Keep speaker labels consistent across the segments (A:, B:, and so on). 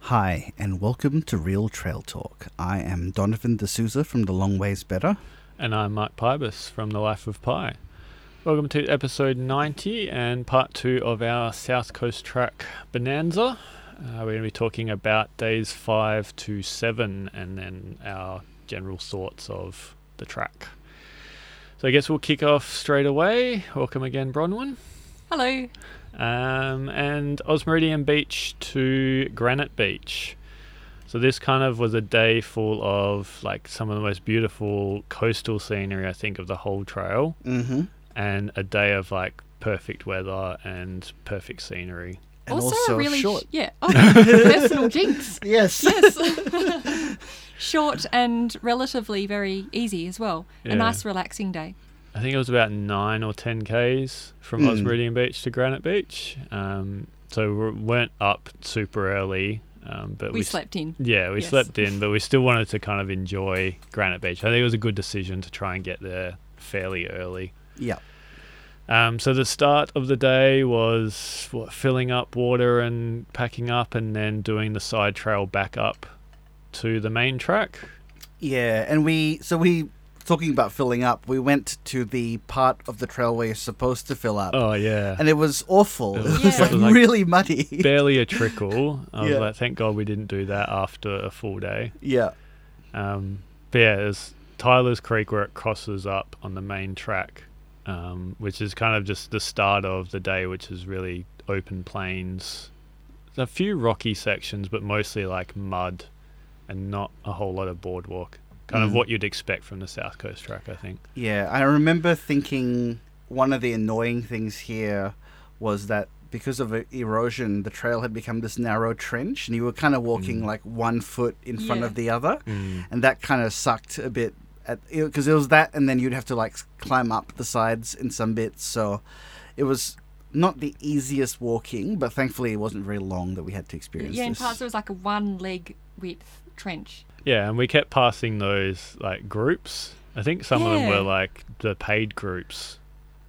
A: Hi, and welcome to Real Trail Talk. I am Donovan D'Souza from The Long Ways Better.
B: And I'm Mike Pybus from The Life of Pi. Welcome to episode 90 and part two of our South Coast Track Bonanza. Uh, we're going to be talking about days five to seven and then our general thoughts of the track. So I guess we'll kick off straight away. Welcome again, Bronwyn.
C: Hello.
B: Um, and Osmeridian Beach to Granite Beach. So this kind of was a day full of like some of the most beautiful coastal scenery I think of the whole trail,
A: Mm-hmm.
B: and a day of like perfect weather and perfect scenery.
A: And also
C: really
A: short.
C: yeah. Oh, personal jinx.
A: Yes.
C: Yes. short and relatively very easy as well.
B: Yeah.
C: A nice relaxing day.
B: I think it was about nine or ten k's from
A: Mm.
B: Osmeridian Beach to Granite Beach. Um, so we weren't up super early, um, but
C: We,
B: we, s-
C: slept in.
B: Yeah, we
C: Yes.
B: slept in, but we still wanted to kind of enjoy Granite Beach. I think it was a good decision to try and get there fairly early.
A: Yeah.
B: Um, so the start of the day was what, filling up water and packing up, and then doing the side trail back up to the main track.
A: Yeah, and we so we talking about filling up. We went to the part of the trail where you're supposed to fill up,
B: Oh yeah,
A: and it was awful. It
B: Yeah.
A: was like
B: It was like-
A: really muddy.
B: barely a trickle. I was
A: Yeah.
B: like, thank God we didn't do that after a full day.
A: yeah.
B: Um, but yeah, there's Tyler's Creek where it crosses up on the main track, um, which is kind of just the start of the day, which is really open plains. A few rocky sections, but mostly like mud and not a whole lot of boardwalk. Kind of
A: Mm.
B: what you'd expect from the South Coast track, I think.
A: Yeah, I remember thinking one of the annoying things here was that because of e- erosion, the trail had become this narrow trench, and you were kind of walking
B: Mm.
A: like one foot in front
C: Yeah.
A: of the other, and that kind of sucked a bit. Because it was that, and then you'd have to like s- climb up the sides in some bits, so it was not the easiest walking, but thankfully it wasn't very long that we had to experience.
C: Yeah, in
A: this.
C: parts it was like a one leg width trench.
B: Yeah, and we kept passing those like groups. I think some of them
C: Yeah.
B: were like the paid groups.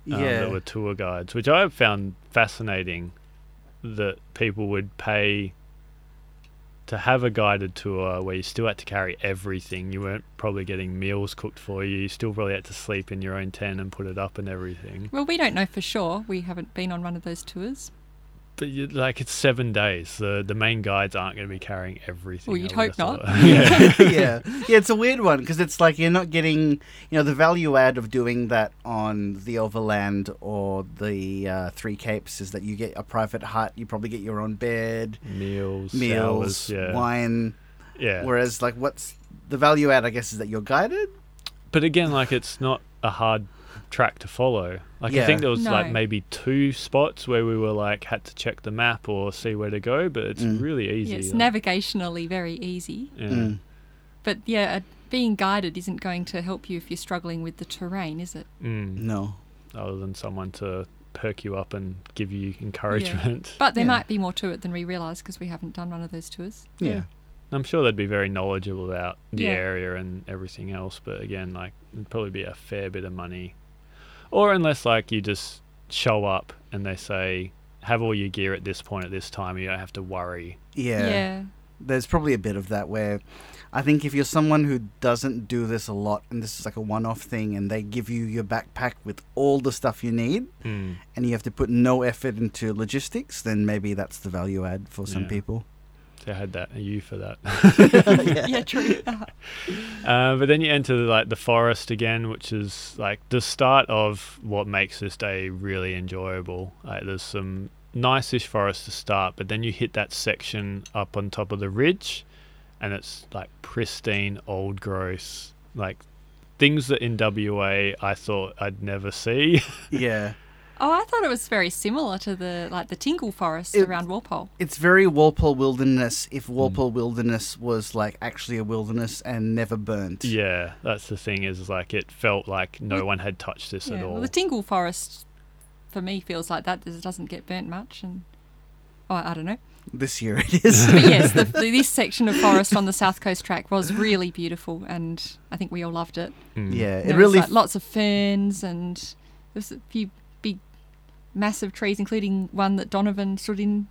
B: um,
A: yeah,
B: that were tour guides, which I found fascinating that people would pay to have a guided tour where you still had to carry everything. You weren't probably getting meals cooked for you. You still probably had to sleep in your own tent and put it up and everything.
C: Well, we don't know for sure. We haven't been on one of those tours.
B: But you, like it's seven days. The the main guides aren't going to be carrying everything.
C: Well, you'd
B: I would've
C: hope not.
B: thought. yeah.
A: yeah, yeah, it's a weird one because it's like you're not getting, you know, the value add of doing that on the Overland or the uh, Three Capes is that you get a private hut, you probably get your own bed,
B: Meals,
A: meals,
B: showers, yeah,
A: wine.
B: yeah.
A: Whereas, like, what's the value add? I guess is that you're guided.
B: but again, like it's not a hard track to follow. Like I
A: Yeah.
B: think there was like
C: No.
B: maybe two spots where we were like had to check the map or see where to go, but it's
A: Mm.
B: really easy.
C: Yeah, it's
B: like,
C: navigationally very easy.
B: yeah. Mm-hmm.
A: Mm.
C: But yeah, uh, being guided isn't going to help you if you're struggling with the terrain, is it?
B: Mm.
A: No.
B: Other than someone to perk you up and give you encouragement.
C: But there
A: Yeah.
C: might be more to it than we realise because we haven't done one of those tours.
A: Yeah.
B: Yeah. I'm sure they'd be very knowledgeable about the
C: Yeah.
B: area and everything else, but again, like it'd probably be a fair bit of money. Or unless like you just show up and they say have all your gear at this point at this time, you don't have to worry.
A: Yeah. There's probably a bit of that where I think if you're someone who doesn't do this a lot and this is like a one off thing and they give you your backpack with all the stuff you need,
C: Mm.
A: and you have to put no effort into logistics, then maybe that's the value add for some
B: Yeah.
A: people.
B: So I had that you for that.
C: yeah. yeah true.
B: Uh, but then you enter like the forest again, which is like the start of what makes this day really enjoyable. Like there's some nice-ish forest to start, but then you hit that section up on top of the ridge, and it's like pristine old growth, like things that in WA I thought I'd never see.
A: yeah.
C: Oh, I thought it was very similar to the like the Tingle Forest
A: It-
C: around Walpole.
A: It's very Walpole Wilderness if Walpole Wilderness was like actually a wilderness and never burnt.
B: yeah, that's the thing is like it felt like no one had touched this at all.
C: Well, the Tingle Forest for me feels like that. 'cause It doesn't get burnt much, and oh, I don't know.
A: This year it is.
C: But yes, the, the, this section of forest on the South Coast Track was really beautiful, and I think we all loved it.
B: Mm.
A: yeah. It
C: There was,
A: really.
C: like, lots of ferns and there's a few big, massive trees, including one that Donovan stood in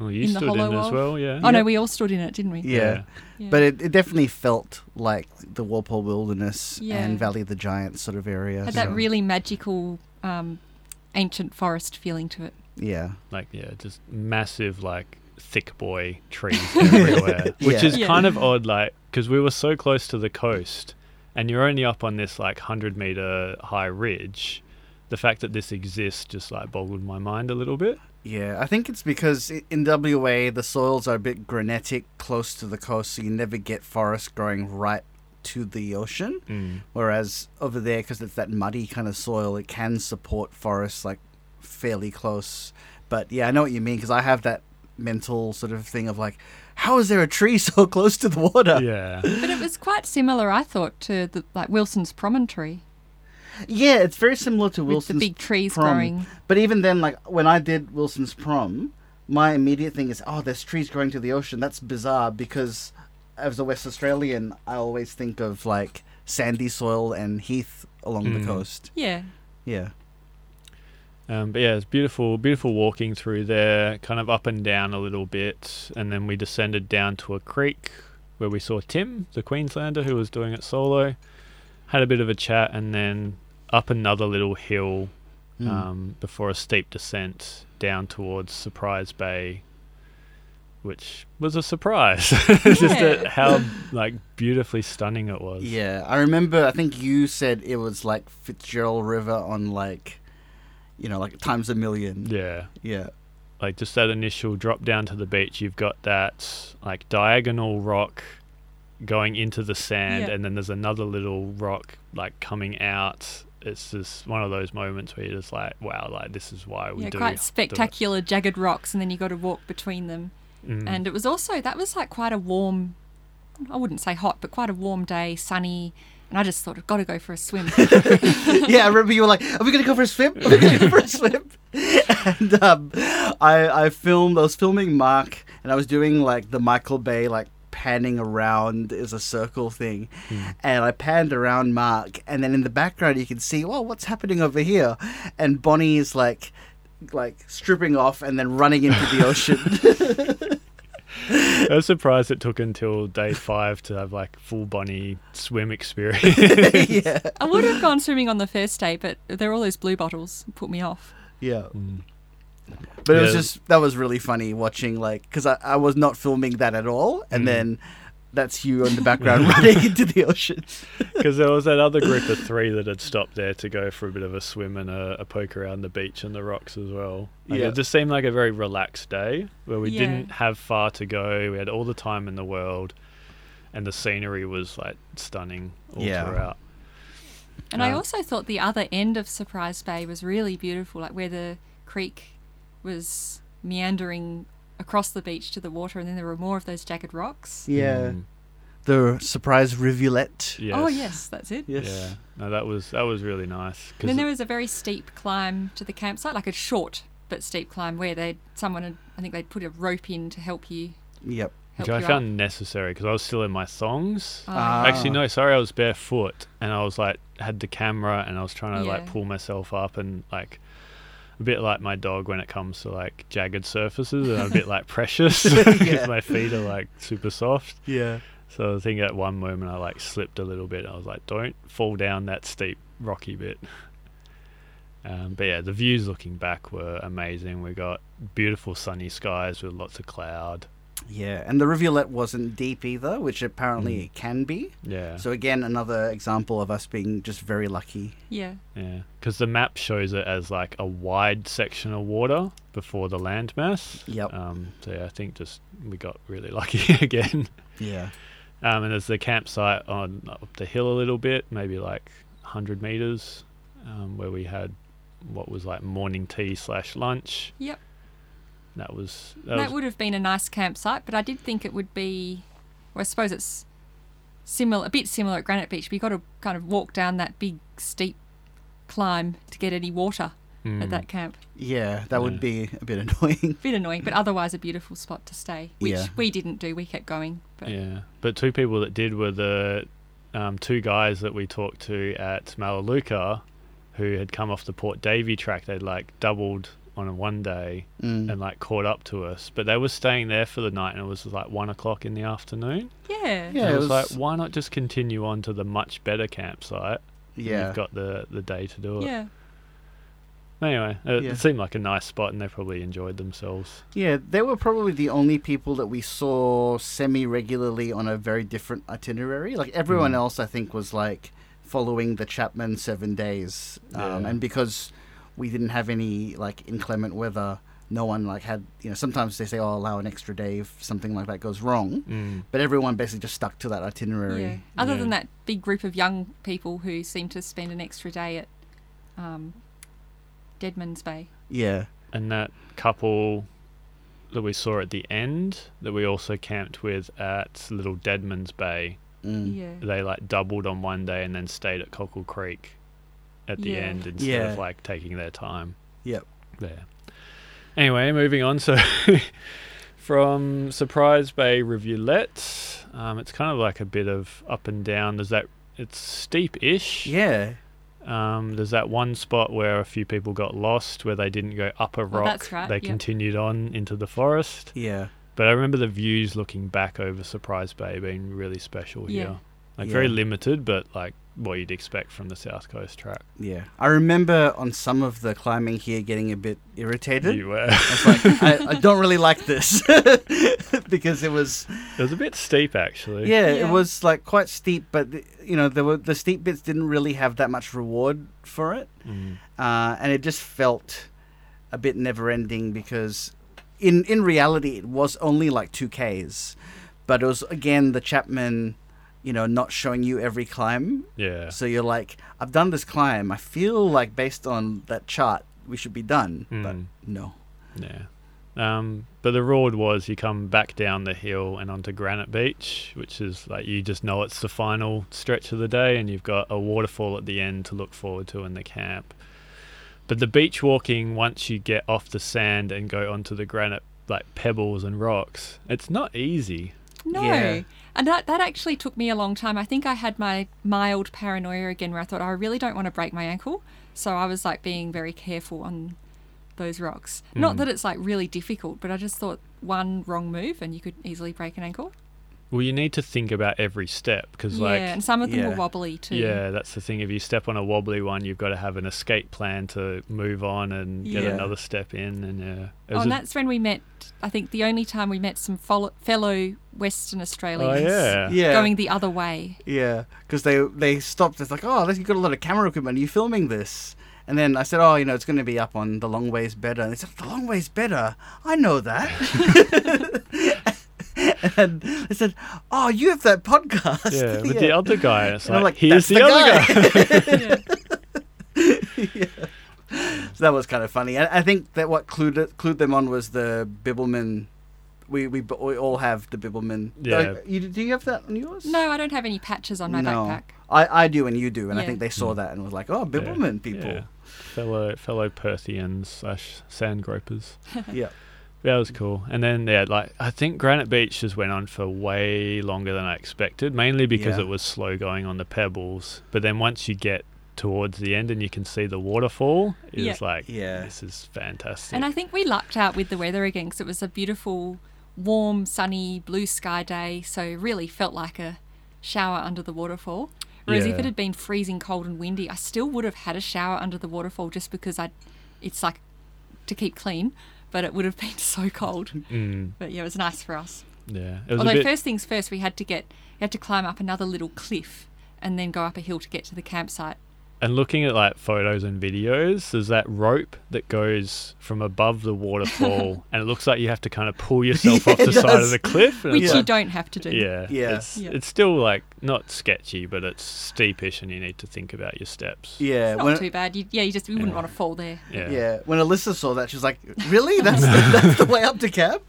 B: Well, you
C: In the
B: stood in
C: hollow
B: as
C: of-
B: well, yeah.
C: Oh no, we all stood in it, didn't we?
A: Yeah.
C: Yeah.
A: But it, it definitely felt like the Walpole Wilderness
C: Yeah.
A: and Valley of the Giants sort of area.
C: had
A: so-
C: that really magical um, ancient forest feeling to it.
A: Yeah.
B: like yeah, just massive like thick boy trees everywhere, which
A: Yeah.
B: is
C: Yeah.
B: kind of odd, like because we were so close to the coast, and you're only up on this like hundred meter high ridge. The fact that this exists just like boggled my mind a little bit.
A: Yeah, I think it's because i- in WA the soils are a bit granitic close to the coast, so you never get forests growing right to the ocean.
B: Mm.
A: Whereas over there, because it's that muddy kind of soil, it can support forests like fairly close. But yeah, I know what you mean because I have that mental sort of thing of like, how is there a tree so close to the water?
B: Yeah,
C: But it was quite similar, I thought, to the like Wilson's Promontory
A: Yeah, it's very similar to
C: with
A: Wilson's
C: the big trees
A: Prom.
C: growing.
A: But even then, like when I did Wilson's prom, my immediate thing is, oh, there's trees growing to the ocean. That's bizarre because as a West Australian, I always think of like sandy soil and heath along
B: Mm.
A: the coast.
C: Yeah,
A: Yeah.
B: um, but yeah, it's beautiful, beautiful walking through there, kind of up and down a little bit, and then we descended down to a creek where we saw Tim, the Queenslander, who was doing it solo. Had a bit of a chat, and then up another little hill
A: Mm.
B: um, before a steep descent down towards Surprise Bay, which was a surprise. Just at
C: Yeah.
B: how like beautifully stunning it was.
A: yeah, I remember. I think you said it was like Fitzgerald River on like, you know, like times a million.
B: Yeah.
A: Yeah.
B: Like just that initial drop down to the beach, you've got that like diagonal rock going into the sand,
C: Yeah.
B: and then there's another little rock like coming out. It's just one of those moments where you're just like, wow, like this is why Oh, we
C: yeah,
B: do do
C: quite
B: it.
C: spectacular jagged rocks, and then you got to walk between them.
B: Mm.
C: And it was also that was like quite a warm, I wouldn't say hot, but quite a warm day, sunny. And I just thought I've got to go for a swim.
A: yeah, I remember you were like, "Are we gonna go for a swim? Are we gonna go for a swim?" And um, I, I filmed. I was filming Mark, and I was doing like the Michael Bay like panning around is a circle thing,
B: Hmm.
A: and I panned around Mark, and then in the background you can see, "Well, what's happening over here?" And Bonnie is like, like stripping off and then running into the ocean.
B: I was surprised it took until day five to have like full bunny swim experience.
A: yeah,
C: I would have gone swimming on the first day, but there were all those blue bottles put me off.
A: yeah. But it was
B: Mm. Yeah.
A: just that was really funny watching like because I, I was not filming that at all, and
B: Mm.
A: then that's you in the background running into the ocean.
B: Because there was that other group of three that had stopped there to go for a bit of a swim and a, a poke around the beach and the rocks as well. Like,
A: Yeah.
B: It just seemed like a very relaxed day where we
C: Yeah.
B: didn't have far to go. We had all the time in the world, and the scenery was like stunning all
A: Yeah.
B: throughout.
C: And I
B: Yeah.
C: also thought the other end of Surprise Bay was really beautiful, like where the creek was meandering across the beach to the water, and then there were more of those jagged rocks.
A: Yeah,
B: Mm.
A: the surprise rivulet.
C: Oh, yes, that's it.
A: Yes.
B: Yeah. No, that was that was really nice.
C: And
B: 'cause it-
C: then there was a very steep climb to the campsite, like a short but steep climb where they someone had, I think they'd put a rope in to help you.
A: Yep.
C: Help
B: which I
C: you
B: found necessary because I was still in my thongs.
C: Up.
A: Ah.
B: Actually, no, sorry, I was barefoot and I was like, had the camera and I was trying to like
C: Yeah.
B: pull myself up and like, a bit like my dog when it comes to like jagged surfaces and I'm a bit like precious because
A: Yeah.
B: my feet are like super soft.
A: Yeah.
B: So I think at one moment I like slipped a little bit. I was like, don't fall down that steep rocky bit. Um, but yeah, the views looking back were amazing. We got beautiful sunny skies with lots of cloud.
A: Yeah, and the rivulet wasn't deep either, which apparently it can be.
B: Mm. Yeah.
A: So again, another example of us being just very lucky.
C: Yeah.
B: Yeah, because the map shows it as like a wide section of water before the landmass.
A: Yep.
B: Um, so yeah, I think just we got really lucky again.
A: Yeah.
B: Um, and there's the campsite on up the hill a little bit, maybe like 100 meters, um, where we had what was like morning tea slash lunch.
C: Yep.
B: That was that,
C: That,
B: was
C: would have been a nice campsite, but I did think it would be. Well, I suppose it's similar, a bit similar at Granite Beach, but you've got to kind of walk down that big steep climb to get any water
B: mm,
C: at that camp.
A: Yeah, that
B: Yeah.
A: would be a bit annoying.
C: Bit annoying, but otherwise a beautiful spot to stay, which
A: Yeah.
C: we didn't do. We kept going, but
B: Yeah, but two people that did were the um, two guys that we talked to at Melaleuca, who had come off the Port Davy track. They'd like doubled on a one day
A: Mm.
B: and like caught up to us. But they were staying there for the night, and it was like one o'clock in the afternoon.
C: Yeah.
A: Yeah.
B: and it was,
A: was-
B: like, why not just continue on to the much better campsite? when
A: yeah.
B: you've got the the day to do it.
C: Yeah.
B: Anyway, it,
A: Yeah.
B: it seemed like a nice spot, and they probably enjoyed themselves.
A: Yeah, they were probably the only people that we saw semi regularly on a very different itinerary. Like everyone
B: Mm.
A: else, I think, was like following the Chapman seven days. Um,
B: Yeah.
A: And because we didn't have any like inclement weather, no one like had, you know, sometimes they say, oh, allow an extra day if something like that goes wrong.
B: Mm.
A: But everyone basically just stuck to that itinerary.
C: Yeah. Other
B: Yeah.
C: than that big group of young people who seem to spend an extra day at um, Deadman's Bay.
A: Yeah.
B: And that couple that we saw at the end, that we also camped with at Little Deadman's Bay,
A: Mm.
C: Yeah.
B: they like doubled on one day and then stayed at Cockle Creek at the
C: Yeah.
B: end instead
A: Yeah.
B: of like taking their time.
A: Yep.
B: There. Anyway, moving on. So from Surprise Bay Rivulet, um, it's kind of like a bit of up and down. There's that it's steep ish.
A: Yeah.
B: Um, there's that one spot where a few people got lost where they didn't go up a rock.
C: Oh, that's right,
B: They
C: yep.
B: continued on into the forest.
A: Yeah.
B: But I remember the views looking back over Surprise Bay being really special
C: Yeah.
B: here. Like
A: Yeah.
B: very limited, but like what you'd expect from the South Coast track.
A: Yeah. I remember on some of the climbing here getting a bit irritated.
B: You were.
A: It's like I, I don't really like this because it was
B: it was a bit steep actually.
A: yeah,
C: Yeah.
A: it was like quite steep, but the, you know there were the steep bits didn't really have that much reward for it,
B: Mm.
A: uh, and it just felt a bit never ending because in in reality it was only like two k's, but it was again the Chapman, you know, not showing you every climb,
B: Yeah.
A: so you're like I've done this climb, I feel like based on that chart we should be done, but
B: Mm.
A: no,
B: Yeah. Um, but the reward was you come back down the hill and onto Granite Beach, which is like you just know it's the final stretch of the day, and you've got a waterfall at the end to look forward to in the camp. But the beach walking, once you get off the sand and go onto the granite, like pebbles and rocks, it's not easy.
C: No.
A: Yeah.
C: And that, that actually took me a long time. I think I had my mild paranoia again where I thought, "Oh, I really don't want to break my ankle. So I was like being very careful on those rocks. Not
B: Mm.
C: that it's like really difficult, but I just thought one wrong move and you could easily break an ankle.
B: Well, you need to think about every step because,
C: yeah.
B: like,
C: and some of them were
A: yeah.
C: wobbly too.
B: Yeah, that's the thing. If you step on a wobbly one, you've got to have an escape plan to move on and get
A: Yeah.
B: another step in. And yeah, It
C: Oh,
B: was
C: and
B: a-
C: that's when we met, I think the only time we met some follow- fellow Western
B: oh
C: Australians
B: yeah,
A: yeah,
C: going the other way.
A: Yeah, because they they stopped. It's like, oh, you've got a lot of camera equipment. Are you filming this? And then I said, oh, you know, it's going to be up on the long ways better. And they said, the long ways better. I know that. and they said, oh, you have that podcast.
B: Yeah, with the other guy. It's
A: And I'm
B: like,
A: like, "That's
B: here's the,
A: the
B: other guy.
A: So that was kind of funny. I, I think that what clued it- clued them on was the Bibbleman. We we, b- we all have the Bibbleman.
B: Yeah.
A: Do you, do you have that on yours?
C: No, I don't have any patches on my
A: No.
C: backpack.
A: I, I do and you do, and I
C: Yeah.
A: think they saw that and was like, "Oh, Bibbleman people."
B: Hmm. Yeah. Fellow fellow Perthians slash sand gropers.
A: Yeah.
B: That was cool. And then yeah, like I think Granite Beach just went on for way longer than I expected, mainly because
A: Yeah.
B: it was slow going on the pebbles. But then once you get towards the end and you can see the waterfall, it's
C: Yeah.
B: like
A: Yeah.
B: this is fantastic.
C: And I think we lucked out with the weather again because it was a beautiful, warm, sunny, blue sky day. So it really felt like a shower under the waterfall. Whereas if
B: Yeah.
C: it had been freezing cold and windy, I still would have had a shower under the waterfall just because I, it's like to keep clean, but it would have been so cold.
B: Mm,
C: But yeah, it was nice for us.
B: yeah. It was a
C: Although
B: bit,
C: first things first, we had to get we had to climb up another little cliff and then go up a hill to get to the campsite.
B: And looking at like photos and videos, there's that rope that goes from above the waterfall, and it looks like you have to kind of pull yourself off
A: Yeah,
B: the
A: it
B: side of
A: does.
B: the cliff. and
C: Which
B: it's
A: Yeah.
C: you don't have to do.
B: like- yeah,
A: Yeah.
B: It's,
C: Yeah.
B: it's still like not sketchy, but it's steepish, and you need to think about your steps.
A: Yeah,
C: It's not
A: when-
C: too bad. You, yeah, you just you wouldn't want to fall there.
B: Yeah.
A: Yeah. When Alyssa saw that, she was like, "Really? That's the, that's the way up to camp?"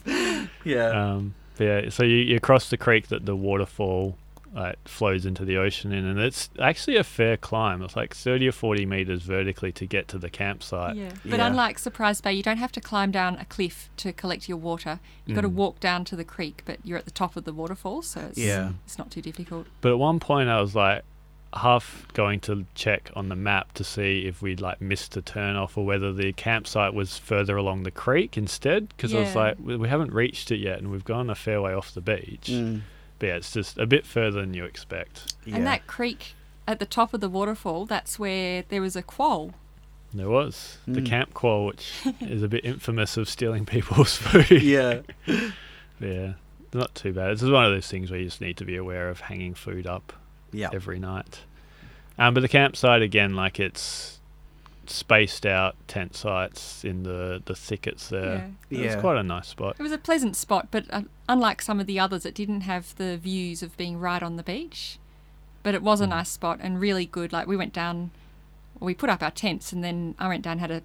A: Yeah.
B: Um, but yeah. So you, you cross the creek that the waterfall like flows into the ocean in, and it's actually a fair climb. It's like thirty or forty meters vertically to get to the campsite.
C: Yeah. But
A: Yeah.
C: unlike Surprise Bay, you don't have to climb down a cliff to collect your water. You've got to
B: Mm.
C: walk down to the creek, but you're at the top of the waterfall, so it's,
A: Yeah.
C: it's not too difficult.
B: But at one point, I was like, Huff going to check on the map to see if we'd like missed a turn off or whether the campsite was further along the creek instead. Because I was
C: Yeah.
B: like, we we haven't reached it yet and we've gone a fair way off the beach.
A: Mm,
B: But yeah, it's just a bit further than you expect.
A: yeah.
C: And that creek at the top of the waterfall, that's where there was a quoll.
B: There was the
A: Mm.
B: camp quoll, which is a bit infamous of stealing people's food.
A: yeah.
B: yeah. Not too bad. It's just one of those things where you just need to be aware of hanging food up
A: Yeah.
B: every night. Um, but the campsite again, like it's spaced out tent sites in the the thickets there.
A: Yeah.
B: It's
A: Yeah.
B: quite a nice spot.
C: It was a pleasant spot, but uh, unlike some of the others, it didn't have the views of being right on the beach. But it was a
A: Hmm.
B: Mm.
C: nice spot and really good. Like we went down, we put up our tents, and then I went down and had a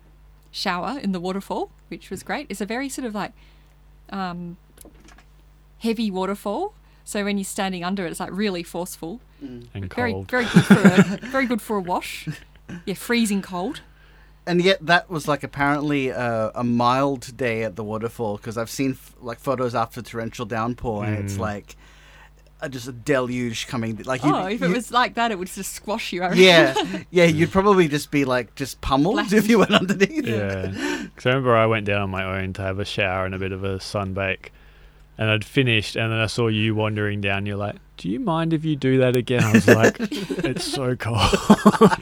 C: shower in the waterfall, which was great. It's a very sort of like um, heavy waterfall, so when you're standing under it, it's like really forceful.
B: And
C: Very
B: cold.
C: very good for a, very good for a wash. Yeah, freezing cold.
A: And yet, that was like apparently uh, a mild day at the waterfall because I've seen f- like photos after torrential downpour, and it's
B: Mm.
A: like uh, just a deluge coming. Like you,
C: oh, if it
A: you-
C: was like that, it would just squash you. I reckon.
A: yeah, yeah, you'd probably just be like just pummeled if you went underneath.
B: yeah. Because I remember I went down on my own to have a shower and a bit of a sunbake. And I'd finished, and then I saw you wandering down. You're like, "Do you mind if you do that again?" I was like, "It's so cold."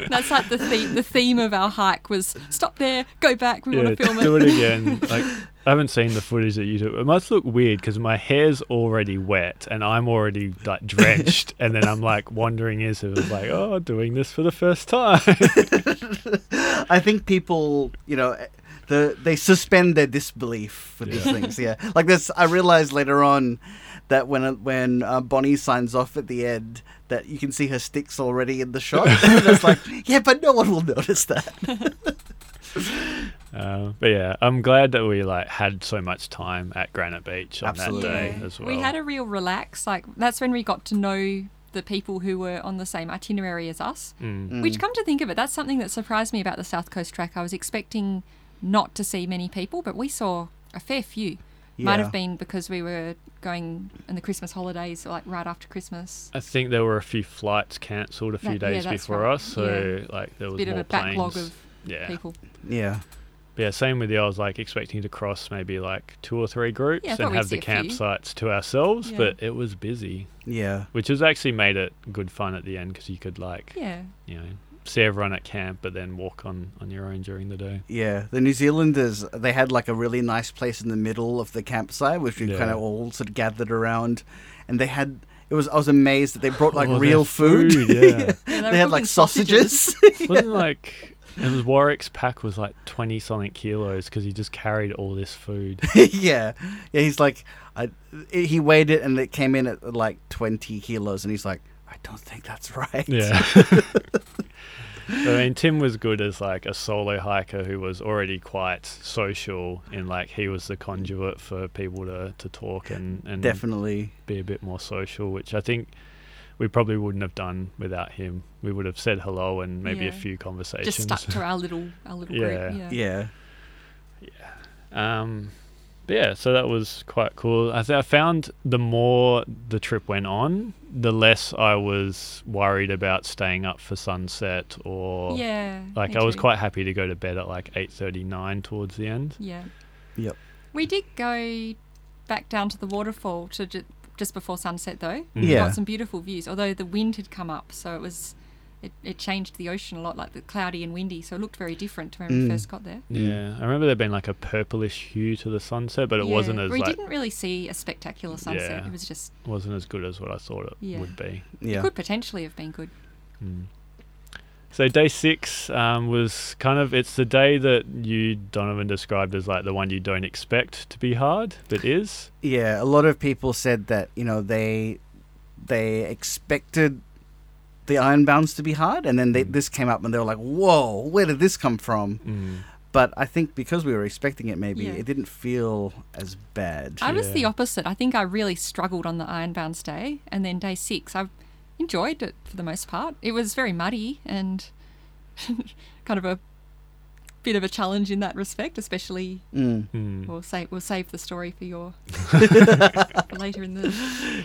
C: That's like the theme. The theme of our hike was stop there, go back. We
B: yeah,
C: want to film
B: do
C: it.
B: it again. Like, I haven't seen the footage that you took. It must look weird because my hair's already wet and I'm already like drenched, and then I'm like wandering is it was like, oh, doing this for the first time.
A: I think people, you know, the they suspend their disbelief with these
B: Yeah.
A: things. Yeah, like this. I realized later on that when when uh, Bonnie signs off at the end, that you can see her sticks already in the shot. and it's like, yeah, but no one will notice that.
B: uh, but yeah, I'm glad that we like had so much time at Granite Beach on
A: Absolutely.
B: that day
C: Yeah.
B: as well.
C: We had a real relax. Like that's when we got to know the people who were on the same itinerary as us.
B: Mm.
C: Which, come to think of it, that's something that surprised me about the South Coast Track. I was expecting not to see many people, but we saw a fair few. Might
A: Yeah.
C: have been because we were going in the Christmas holidays, like right after Christmas.
B: I think there were a few flights cancelled a few
C: That- yeah,
B: days
C: that's
B: before
C: right.
B: us, so like there was
C: Bit of
B: more
C: a backlog
B: planes.
C: of
B: yeah.
C: people.
A: Yeah,
B: But yeah, same with you. I was like expecting to cross maybe like two or three groups
C: Yeah, I thought
B: and
C: we'd
B: have
C: see
B: the
C: a few.
B: campsites to ourselves,
C: Yeah.
B: but it was busy,
A: yeah,
B: which has actually made it good fun at the end because you could like
C: Yeah.
B: you know see everyone at camp, but then walk on on your own during the day.
A: yeah. The New Zealanders they had like a really nice place in the middle of the campsite, which we
B: Yeah.
A: kind of all sort of gathered around, and they had. It was I was amazed that they brought like
B: Oh, their
A: real food.
B: yeah.
C: Yeah,
A: they
C: were
A: had
C: cooking
A: like sausages.
B: Wasn't like. It was Warwick's pack was like 20 something kilos because he just carried all this food.
A: yeah, yeah. He's like, I, he weighed it and it came in at like twenty kilos, and he's like, I don't think that's right.
B: Yeah. I mean, Tim was good as like a solo hiker who was already quite social and like he was the conduit for people to, to talk and, and
A: definitely.
B: be a bit more social, which I think we probably wouldn't have done without him. We would have said hello and maybe a
C: Yeah.
B: few conversations.
C: Just stuck to our little, our little
B: Yeah.
C: group. Yeah.
A: Yeah,
B: Um, but yeah, so that was quite cool. I, th- I found the more the trip went on, the less I was worried about staying up for sunset or
C: Yeah,
B: like
C: me
B: I was
C: too.
B: quite happy to go to bed at like eight thirty nine towards the end.
C: Yeah.
A: Yep.
C: We did go back down to the waterfall to ju- just before sunset though.
B: Mm.
A: Yeah.
C: Got some beautiful views. Although the wind had come up, so it was it, it changed the ocean a lot, like the cloudy and windy, so it looked very different to when
A: Mm.
C: we first got there.
A: Mm.
B: Yeah, I remember there being like a purplish hue to the sunset, but it
C: Yeah,
B: wasn't as
C: We
B: like
C: didn't really see a spectacular sunset.
B: Yeah.
C: It was just
B: wasn't as good as what I thought it
C: Yeah.
B: would be.
A: yeah.
C: could potentially have been good.
B: Mm. So day six um, was kind of it's the day that you Donovan described as like the one you don't expect to be hard, but is.
A: Yeah, a lot of people said that you know they they expected the iron bounds to be hard, and then they,
B: Mm.
A: this came up, and they were like, "Whoa, where did this come from?"
B: Mm.
A: But I think because we were expecting it, maybe
C: Yeah.
A: it didn't feel as bad.
C: I was the
B: Yeah.
C: opposite. I think I really struggled on the Ironbound day, and then day six, I enjoyed it for the most part. It was very muddy and kind of a bit of a challenge in that respect, especially
A: Mm.
B: Mm.
C: we'll save we'll save the story for your for later in the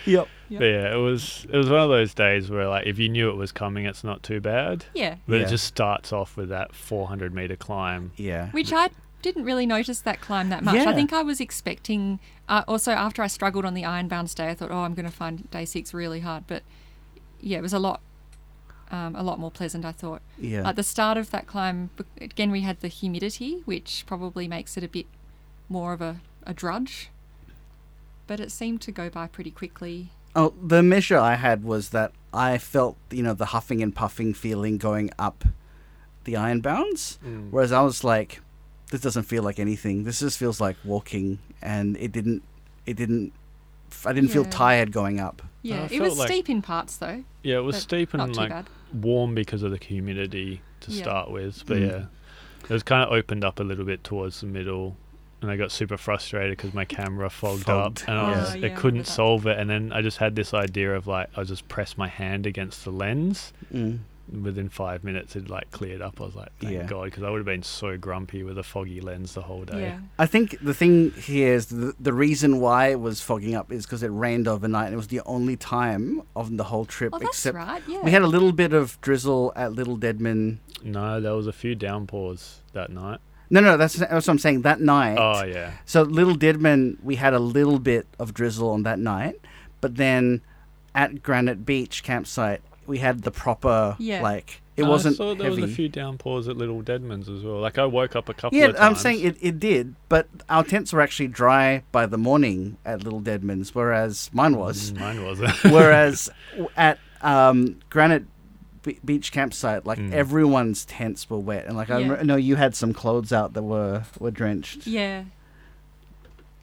A: Yep.
C: Yep.
B: But yeah, it was it was one of those days where like if you knew it was coming, it's not too bad.
C: yeah.
B: But
A: Yeah.
B: it just starts off with that 400 meter climb.
A: Yeah.
C: Which I didn't really notice that climb that much.
A: Yeah.
C: I think I was expecting. Uh, also, after I struggled on the Ironbound stay, I thought, oh, I'm going to find day six really hard. But yeah, it was a lot, um, a lot more pleasant. I thought
A: Yeah.
C: at the start of that climb, b- again we had the humidity, which probably makes it a bit more of a, a drudge. But it seemed to go by pretty quickly.
A: Oh, the measure I had was that I felt, you know, the huffing and puffing feeling going up the iron bounds, whereas I was like, this doesn't feel like anything. This just feels like walking, and it didn't, it didn't, I didn't feel
C: Yeah.
A: tired going up.
C: Yeah,
B: I
C: it was
B: felt like-
C: steep in parts though.
B: Yeah, it was
C: But
B: steep
C: not
B: and
C: too
B: like
C: bad.
B: warm because of the humidity to
C: Yeah.
B: start with. But
A: Mm.
B: yeah, it was kind of opened up a little bit towards the middle. And I got super frustrated because my camera fogged,
A: Fogged.
B: up and I,
A: Yeah.
B: was,
C: Oh,
B: I
C: yeah, I remember
B: couldn't
C: that.
B: solve it. And then I just had this idea of like, I'll just press my hand against the lens.
A: Mm.
B: Within five minutes, it like cleared up. I was like, thank
A: Yeah.
B: God, because I would have been so grumpy with a foggy lens the whole day.
C: Yeah.
A: I think the thing here is the, the reason why it was fogging up is because it rained overnight, and it was the only time on the whole trip,
C: Oh, that's
A: except
C: right. Yeah.
A: we had a little bit of drizzle at Little Deadman.
B: No, there was a few downpours that night.
A: No, no, that's, that's what I'm saying. That night,
B: Oh yeah,
A: So Little Deadman, we had a little bit of drizzle on that night, but then at Granite Beach campsite, we had the proper
C: Yeah.
A: like it
B: I
A: wasn't
B: saw there
A: heavy.
B: was a few downpours at Little Deadman's as well. Like I woke up a couple
A: yeah,
B: of times.
A: I'm saying it, it did, but our tents were actually dry by the morning at Little Deadman's, whereas mine was.
B: Mm, Mine was. not
A: whereas w- at um, Granite Be- Beach campsite, like
B: Mm.
A: everyone's tents were wet, and like I
C: Yeah.
A: remember, know you had some clothes out that were were drenched.
C: Yeah.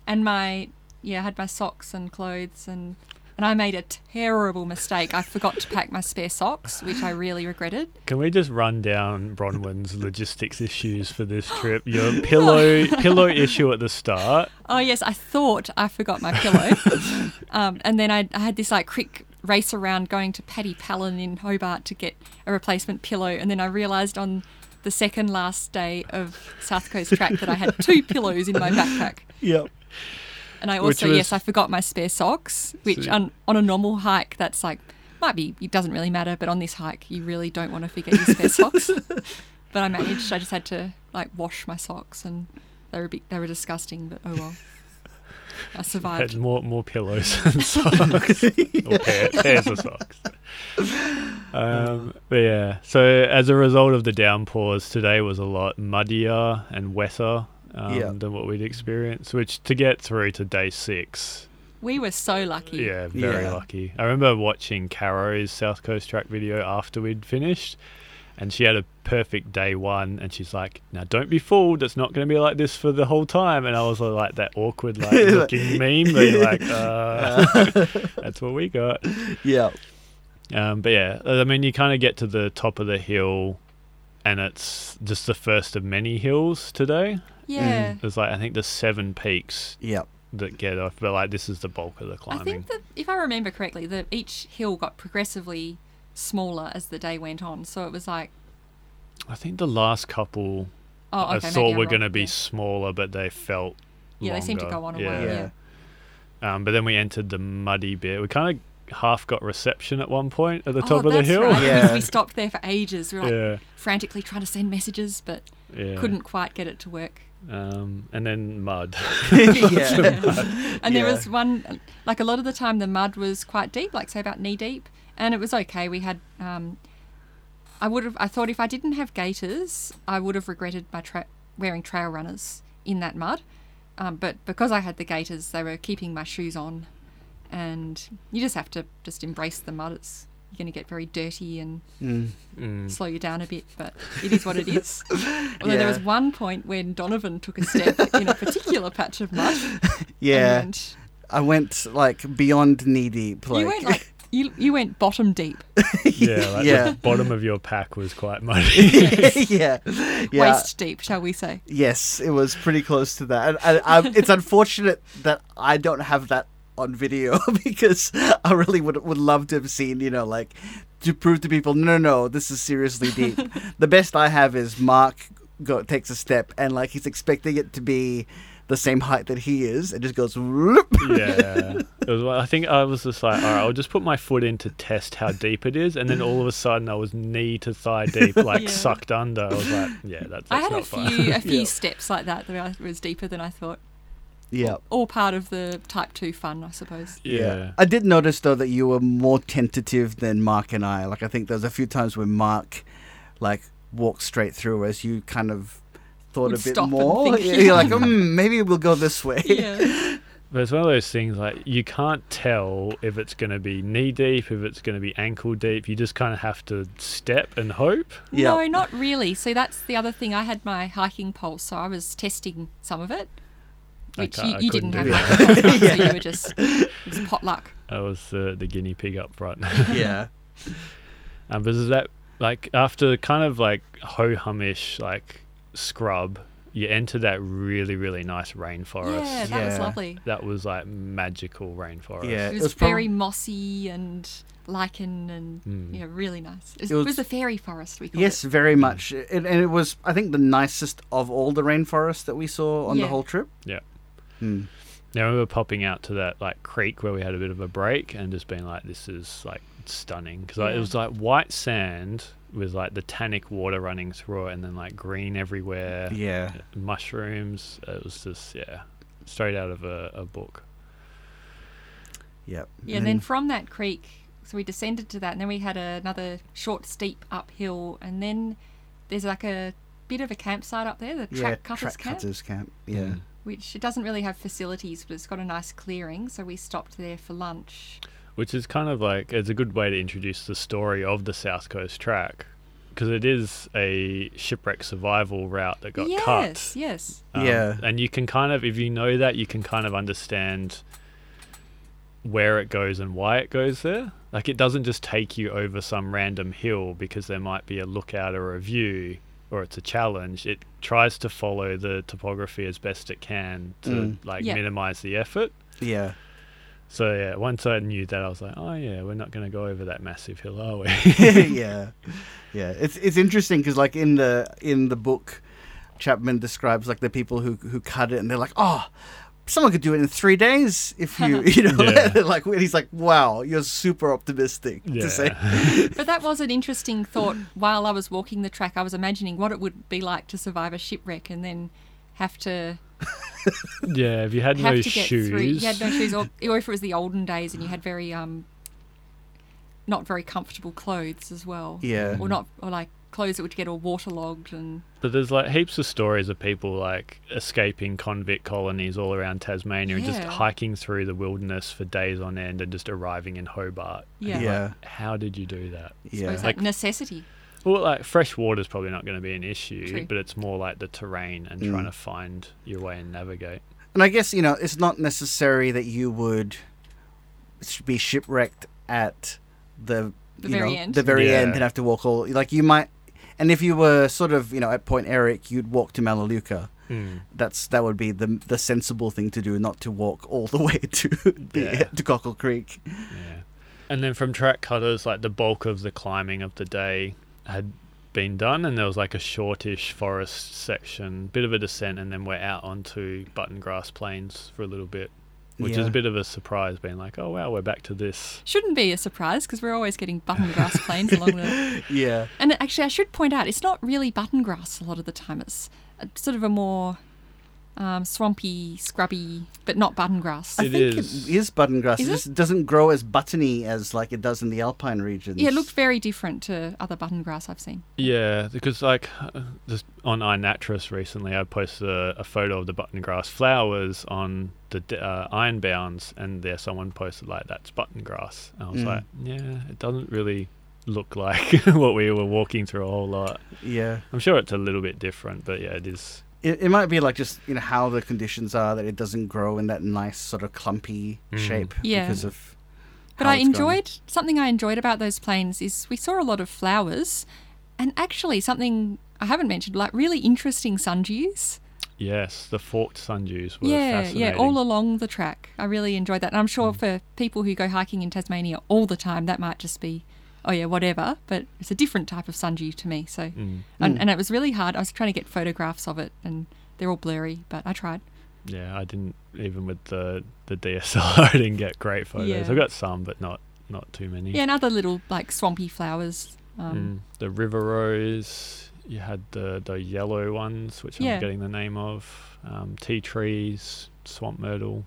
C: And my yeah, I had my socks and clothes and and I made a terrible mistake. I forgot to pack my spare socks, which I really regretted.
B: Can we just run down Bronwyn's logistics issues for this trip? Your pillow pillow issue at the start.
C: Oh yes, I thought I forgot my pillow. um, and then I, I had this like quick race around going to Paddy Palin in Hobart to get a replacement pillow, and then I realised on the second last day of South Coast Track that I had two pillows in my backpack.
A: Yep.
C: And I
B: Which
C: also,
B: was-
C: yes, I forgot my spare socks, which
B: See.
C: on, on a normal hike, that's like, might be, it doesn't really matter, but on this hike, you really don't want to forget your spare socks. But I managed, I just had to like wash my socks and they were, a bit, they were disgusting, but oh well. I
B: Had
C: survived.
B: more more pillows and socks. Or pair, pairs of socks. Um, but yeah. So as a result of the downpours, today was a lot muddier and wetter um,
A: Yeah.
B: than what we'd experienced. Which to get through to day six,
C: We were so lucky.
B: Yeah, very
A: Yeah.
B: lucky. I remember watching Caro's South Coast track video after we'd finished, and she had a perfect day one. And she's like, "Now don't be fooled. It's not going to be like this for the whole time." And I was all like that awkward, like looking meme, where you're like, uh, "That's what we got."
A: Yep.
B: Um, but yeah, I mean, you kind of get to the top of the hill, and it's just the first of many hills today.
C: Yeah.
B: There's like I think there's seven peaks
A: Yep.
B: that get off, but like this is the bulk of the climbing.
C: I think that, if I remember correctly, that each hill got progressively smaller as the day went on. So it was like,
B: I think the last couple
C: oh, okay.
B: I
C: maybe
B: thought
C: I'm
B: were
C: wrong.
B: going to be
C: Yeah.
B: smaller, but they felt
C: Yeah, they seem to
B: longer.
C: go on and
A: Yeah.
C: on. Yeah.
B: Um, but then we entered the muddy bit. We kind of half got reception at one point at the
C: Oh,
B: top of the
C: that's
B: hill.
C: Right.
A: Yeah.
C: Yeah. We stopped there for ages. We were like,
B: Yeah,
C: frantically trying to send messages but
B: yeah.
C: couldn't quite get it to work.
B: Um, and then mud.
A: yeah.
C: And there
A: Yeah.
C: was one, like a lot of the time, the mud was quite deep, like say about knee deep, and it was okay. We had, um, I would have, I thought if I didn't have gaiters, I would have regretted my tra- wearing trail runners in that mud. Um, but because I had the gaiters, they were keeping my shoes on, and you just have to just embrace the mud. It's you're going to get very dirty and
A: Mm.
B: Mm.
C: slow you down a bit, but it is what it is. Although there was
A: Yeah.
C: one point when Donovan took a step in a particular patch of mud.
A: Yeah,
C: And
A: I went like beyond knee deep. Like,
C: you went like you, you went bottom deep,
B: Yeah, like
A: Yeah.
B: the bottom of your pack was quite muddy.
A: yeah, yeah.
C: waist deep, shall we say?
A: Yes, it was pretty close to that. And I, I, it's unfortunate that I don't have that on video because I really would would love to have seen, you know, like to prove to people, no, no, no, this is seriously deep. the best I have is Mark go, takes a step and like he's expecting it to be the same height that he is. It just goes whoop.
B: yeah. It was, one- I think I was just like, all right, I'll just put my foot in to test how deep it is. And then all of a sudden, I was knee to thigh deep, like
C: Yeah.
B: sucked under. I was like, yeah, that's, that's
C: I had
B: not
C: a
B: fun.
C: few a few
A: Yeah.
C: steps like that that I, was deeper than I thought.
A: Yeah.
C: All part of the type two fun, I suppose.
B: yeah.
A: I did notice though that you were more tentative than Mark and I. Like I think there was a few times where Mark like walked straight through as you kind of thought
C: Would
A: a bit
C: stop and
A: more.
C: think.
A: Yeah, You're like, mm, maybe we'll go this way.
C: Yeah.
B: But it's one of those things like you can't tell if it's going to be knee deep, if it's going to be ankle deep. You just kind of have to step and hope.
A: Yeah.
C: No, not really. See, that's the other thing. I had my hiking pole, so I was testing some of it,
B: I
C: which
B: can't-
C: you,
B: I
C: you
B: couldn't
C: didn't have
B: do
C: hiking pole, so you were just it was potluck.
B: I was the, the guinea pig up front.
A: yeah.
B: Um, but is that like after kind of like ho humish like scrub, you enter that really really nice rainforest.
C: Yeah, that was
A: Yeah.
C: lovely.
B: That was like magical rainforest.
A: Yeah.
C: It
A: It
C: was,
A: was prob-
C: very mossy and lichen and
B: Mm.
C: yeah, really nice. It was,
A: It
C: it
A: was-
C: was a fairy forest. We called
A: Yes,
C: it.
A: very much. It, and it was, I think, the nicest of all the rainforests that we saw on
C: Yeah.
A: the whole trip.
B: Yeah.
A: Hmm.
B: Now I remember popping out to that like creek where we had a bit of a break and just being like, this is like stunning because like, it
C: Yeah.
B: was like white sand with like the tannic water running through it and then like green everywhere,
A: Yeah.
B: mushrooms. It was just yeah, straight out of a, a book.
A: Yep.
C: Yeah, and then from that creek, so we descended to that, and then we had another short, steep uphill, and then there's like a bit of a campsite up there, the
A: yeah,
C: Track Cutters
A: track
C: Camp,
A: cutters camp. Yeah.
B: Mm.
C: which it doesn't really have facilities, but it's got a nice clearing, so we stopped there for lunch.
B: which is kind of like it's a good way to introduce the story of the South Coast Track because it is a shipwreck survival route that got
C: yes,
B: cut.
C: yes.
A: Yeah.
B: Um, and you can kind of, if you know that, you can kind of understand where it goes and why it goes there. Like it doesn't just take you over some random hill because there might be a lookout or a view or it's a challenge. It tries to follow the topography as best it can to
A: Mm.
B: like
C: Yeah.
B: minimize the effort.
A: Yeah.
B: So yeah, once I knew that, I was like, oh yeah, we're not going to go over that massive hill, are we?
A: yeah, yeah. It's it's interesting because like in the in the book, Chapman describes like the people who who cut it, and they're like, oh. Someone could do it in three days if you, you know,
B: Yeah.
A: like and he's like, wow, you're super optimistic
B: yeah.
A: to say.
C: But that was an interesting thought. While I was walking the track, I was imagining what it would be like to survive a shipwreck and then have to
B: yeah, if you had
C: have
B: no
C: to get through. You
B: shoes,
C: had no shoes, or, or if it was the olden days and you had very um, not very comfortable clothes as well.
A: Yeah.
C: Or not, or like clothes that would get all waterlogged and
B: but there's like heaps of stories of people like escaping convict colonies all around Tasmania and just
C: Yeah.
B: hiking through the wilderness for days on end and just arriving in Hobart.
C: yeah,
A: Yeah.
B: How did you do that?
C: I
A: Yeah,
C: suppose like, necessity.
B: Well, like fresh water's probably not going to be an issue,
C: True.
B: but it's more like the terrain and trying
A: Mm.
B: to find your way and navigate.
A: and I guess you know it's not necessary that you would sh- be shipwrecked at the,
C: The
A: you
C: very
A: know,
C: end.
A: the very
B: Yeah.
A: end and have to walk all like you might, and if you were sort of you know at Point Eric, you'd walk to Melaleuca. that's that would be the the sensible thing to do, not to walk all the way to the,
B: Yeah.
A: to Cockle Creek.
B: Yeah. And then from track cutters, like the bulk of the climbing of the day had been done, and there was like a shortish forest section, bit of a descent, and then we're out onto button grass plains for a little bit, which is
A: Yeah.
B: a bit of a surprise, being like, oh wow, we're back to this.
C: Shouldn't be a surprise because we're always getting button grass plains along the.
A: Yeah,
C: And actually, I should point out it's not really button grass a lot of the time. It's a, sort of a more um, swampy, scrubby, but not button grass.
A: I
B: It
A: think
B: is.
A: it is button grass.
C: Is
A: it
C: it?
A: just doesn't grow as buttony as like it does in the alpine regions.
C: Yeah, it looked very different to other button grass I've seen.
B: Yeah, because like uh, just on iNaturalist recently, I posted a, a photo of the button grass flowers on the d- uh, ironbounds, and there someone posted like that's button grass. And I was
A: Mm.
B: like, yeah, it doesn't really look like what we were walking through a whole lot.
A: Yeah,
B: I'm sure it's a little bit different, but yeah, it is.
A: it, it might be like just you know how the conditions are that it doesn't grow in that nice sort of clumpy
B: Mm.
A: shape
C: Yeah.
A: because of.
C: But
A: how
C: I
A: it's grown.
C: enjoyed something I enjoyed about those planes is we saw a lot of flowers, and actually something I haven't mentioned, like really interesting sundews.
B: Yes, the forked sundews were
C: Yeah,
B: fascinating.
C: yeah, all along the
A: Hmm.
C: track. I really enjoyed that, and I'm sure for people who go hiking in Tasmania all the time, that might just be oh yeah, whatever. But it's a different type of sundew to me. So,
B: Mm.
C: and,
A: Mm.
C: and it was really hard. I was trying to get photographs of it, and they're all blurry, but I tried.
B: Yeah, I didn't even with the the DSLR. I didn't get great photos.
C: Yeah.
B: I got some, but not not too
A: Hmm.
B: many.
C: Yeah, and other little like swampy flowers. Um,
B: Mm. The river rose. You had the the yellow ones, which
C: Yeah.
B: I'm getting the name of. Um, tea trees, swamp myrtle.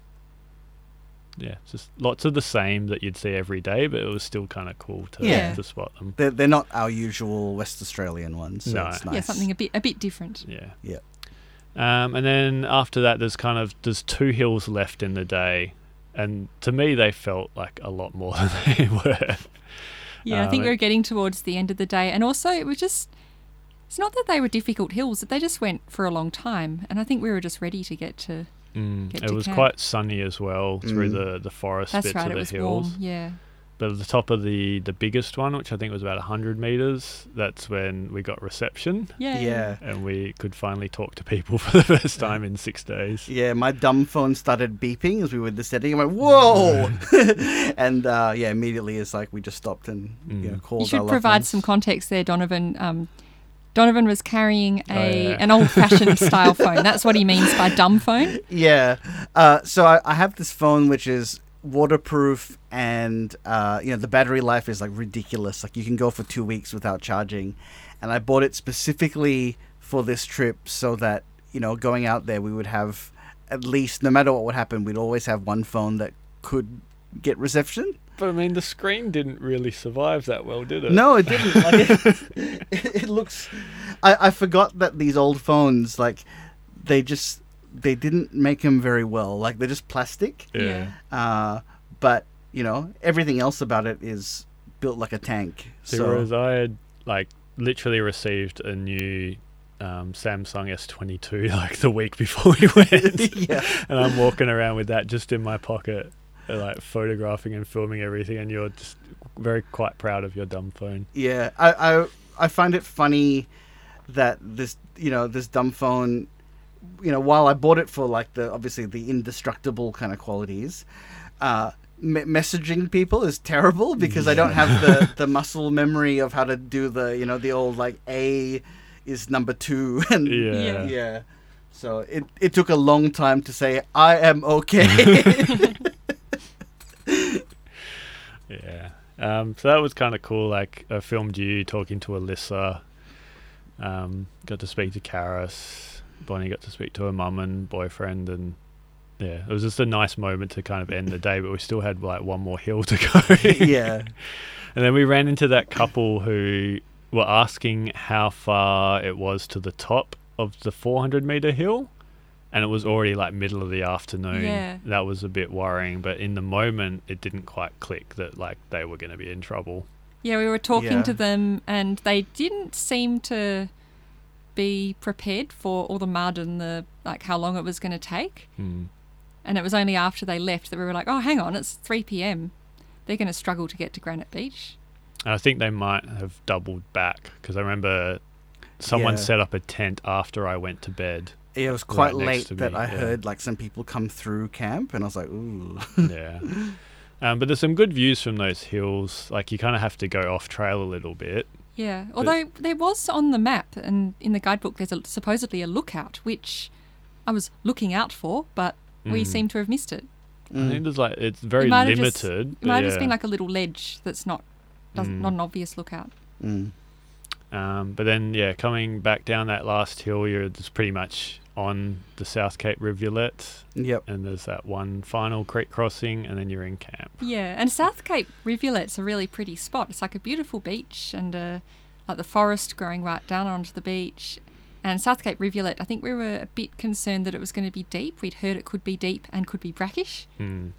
B: Yeah, just lots of the same that you'd see every day, but it was still kind of cool to
A: Yeah.
B: to spot them.
A: They're, they're not our usual West Australian ones, so
B: No.
A: it's Hmm. nice.
C: Yeah, something a bit a bit different.
B: Yeah.
A: Yeah.
B: Um, and then after that, there's kind of there's two hills left in the day, and to me they felt like a lot more than they were.
C: Yeah,
B: Uh,
C: I think
B: but-
C: we were getting towards the end of the day, and also it was just. It's not that they were difficult hills; they just went for a long time, and I think we were just ready to get to.
B: Mm,
C: Get
B: it
C: to
B: was
C: camp.
B: quite sunny as well
A: Mm.
B: through the the forest
C: That's
B: bits
C: right,
B: of
C: it
B: the
C: was
B: hills.
C: warm. Yeah,
B: But at the top of the the biggest one, which I think was about hundred meters, that's when we got reception
C: yeah,
A: Yeah.
B: and we could finally talk to people for the first time in six days.
A: Yeah, my dumb phone started beeping as we were descending. I went, whoa! and uh, yeah, immediately it's like we just stopped and you know,
B: Mm.
A: called
C: You
A: our
C: should
A: loved
C: provide
A: ones.
C: some context there, Donovan. Um, Donovan was carrying
B: Oh,
C: a
B: yeah.
C: an old fashioned style phone. That's what he means by dumb phone.
A: Yeah. Uh, so I, I have this phone which is waterproof and uh, you know the battery life is like ridiculous like you can go for two weeks without charging and i bought it specifically for this trip so that you know going out there we would have at least no matter what would happen we'd always have one phone that could get reception
B: But I mean, the screen didn't really survive that well, did it?
A: No, it didn't. Like, it, it looks. I, I forgot that these old phones, like, they just they didn't make them very well. Like they're just plastic.
B: Yeah.
A: Uh, but you know everything else about it is built like a tank.
B: So,
A: So
B: whereas I had like literally received a new um, Samsung S22 like the week before we went,
A: yeah,
B: and I'm walking around with that just in my pocket, uh, like photographing and filming everything, and you're just very quite proud of your dumb phone.
A: yeah. I, I I find it funny that this you know this dumb phone. You know, while I bought it for like the obviously the indestructible kind of qualities, uh, me- messaging people is terrible because I don't have the, the muscle memory of how to do the you know the old like A is number two and
B: Yeah.
A: yeah. So it it took a long time to say I am okay.
B: Yeah. Um, so that was kind of cool. Like I filmed you talking to Alyssa. Um, got to speak to Karis. Bonnie got to speak to her mum and boyfriend, and yeah, it was just a nice moment to kind of end the day. But we still had like one more hill to go.
A: yeah.
B: And then we ran into that couple who were asking how far it was to the top of the 400 meter hill. And it was already like middle of the afternoon.
C: Yeah.
B: That was a bit worrying. But in the moment, it didn't quite click that like they were going to be in trouble.
C: Yeah, we were talking
A: Yeah.
C: to them, and they didn't seem to be prepared for all the mud and the like how long it was going to take. And it was only after they left that we were like, oh, hang on, it's three p.m. They're going to struggle to get to Granite Beach.
B: And I think they might have doubled back because I remember someone
A: Yeah.
B: set up a tent after I went to bed.
A: It was
B: Right
A: quite
B: next
A: late
B: to
A: that
B: me,
A: I
B: yeah.
A: heard like some people come through camp, and I was like, ooh.
B: yeah. Um, but there's some good views from those hills. Like you kind of have to go off trail a little bit.
C: Yeah, although there was on the map and in the guidebook, there's a, supposedly a lookout, which I was looking out for, but we
B: Mm.
C: seem to have missed it. Mm,
B: I think there's like it's very
C: might have just-
B: limited.
C: It might have just
B: yeah.
C: been like a little ledge that's not doesn't,
B: Mm.
C: not an obvious lookout.
A: Mm.
B: Um, but then yeah, coming back down that last hill, you're just pretty much on the South Cape Rivulet,
A: Yep.
B: and there's that one final creek crossing, and then you're in camp.
C: Yeah, and South Cape Rivulet's a really pretty spot. It's like a beautiful beach and uh, like the forest growing right down onto the beach. And South Cape Rivulet, I think we were a bit concerned that it was going to be deep. We'd heard it could be deep and could be brackish,
B: Mm.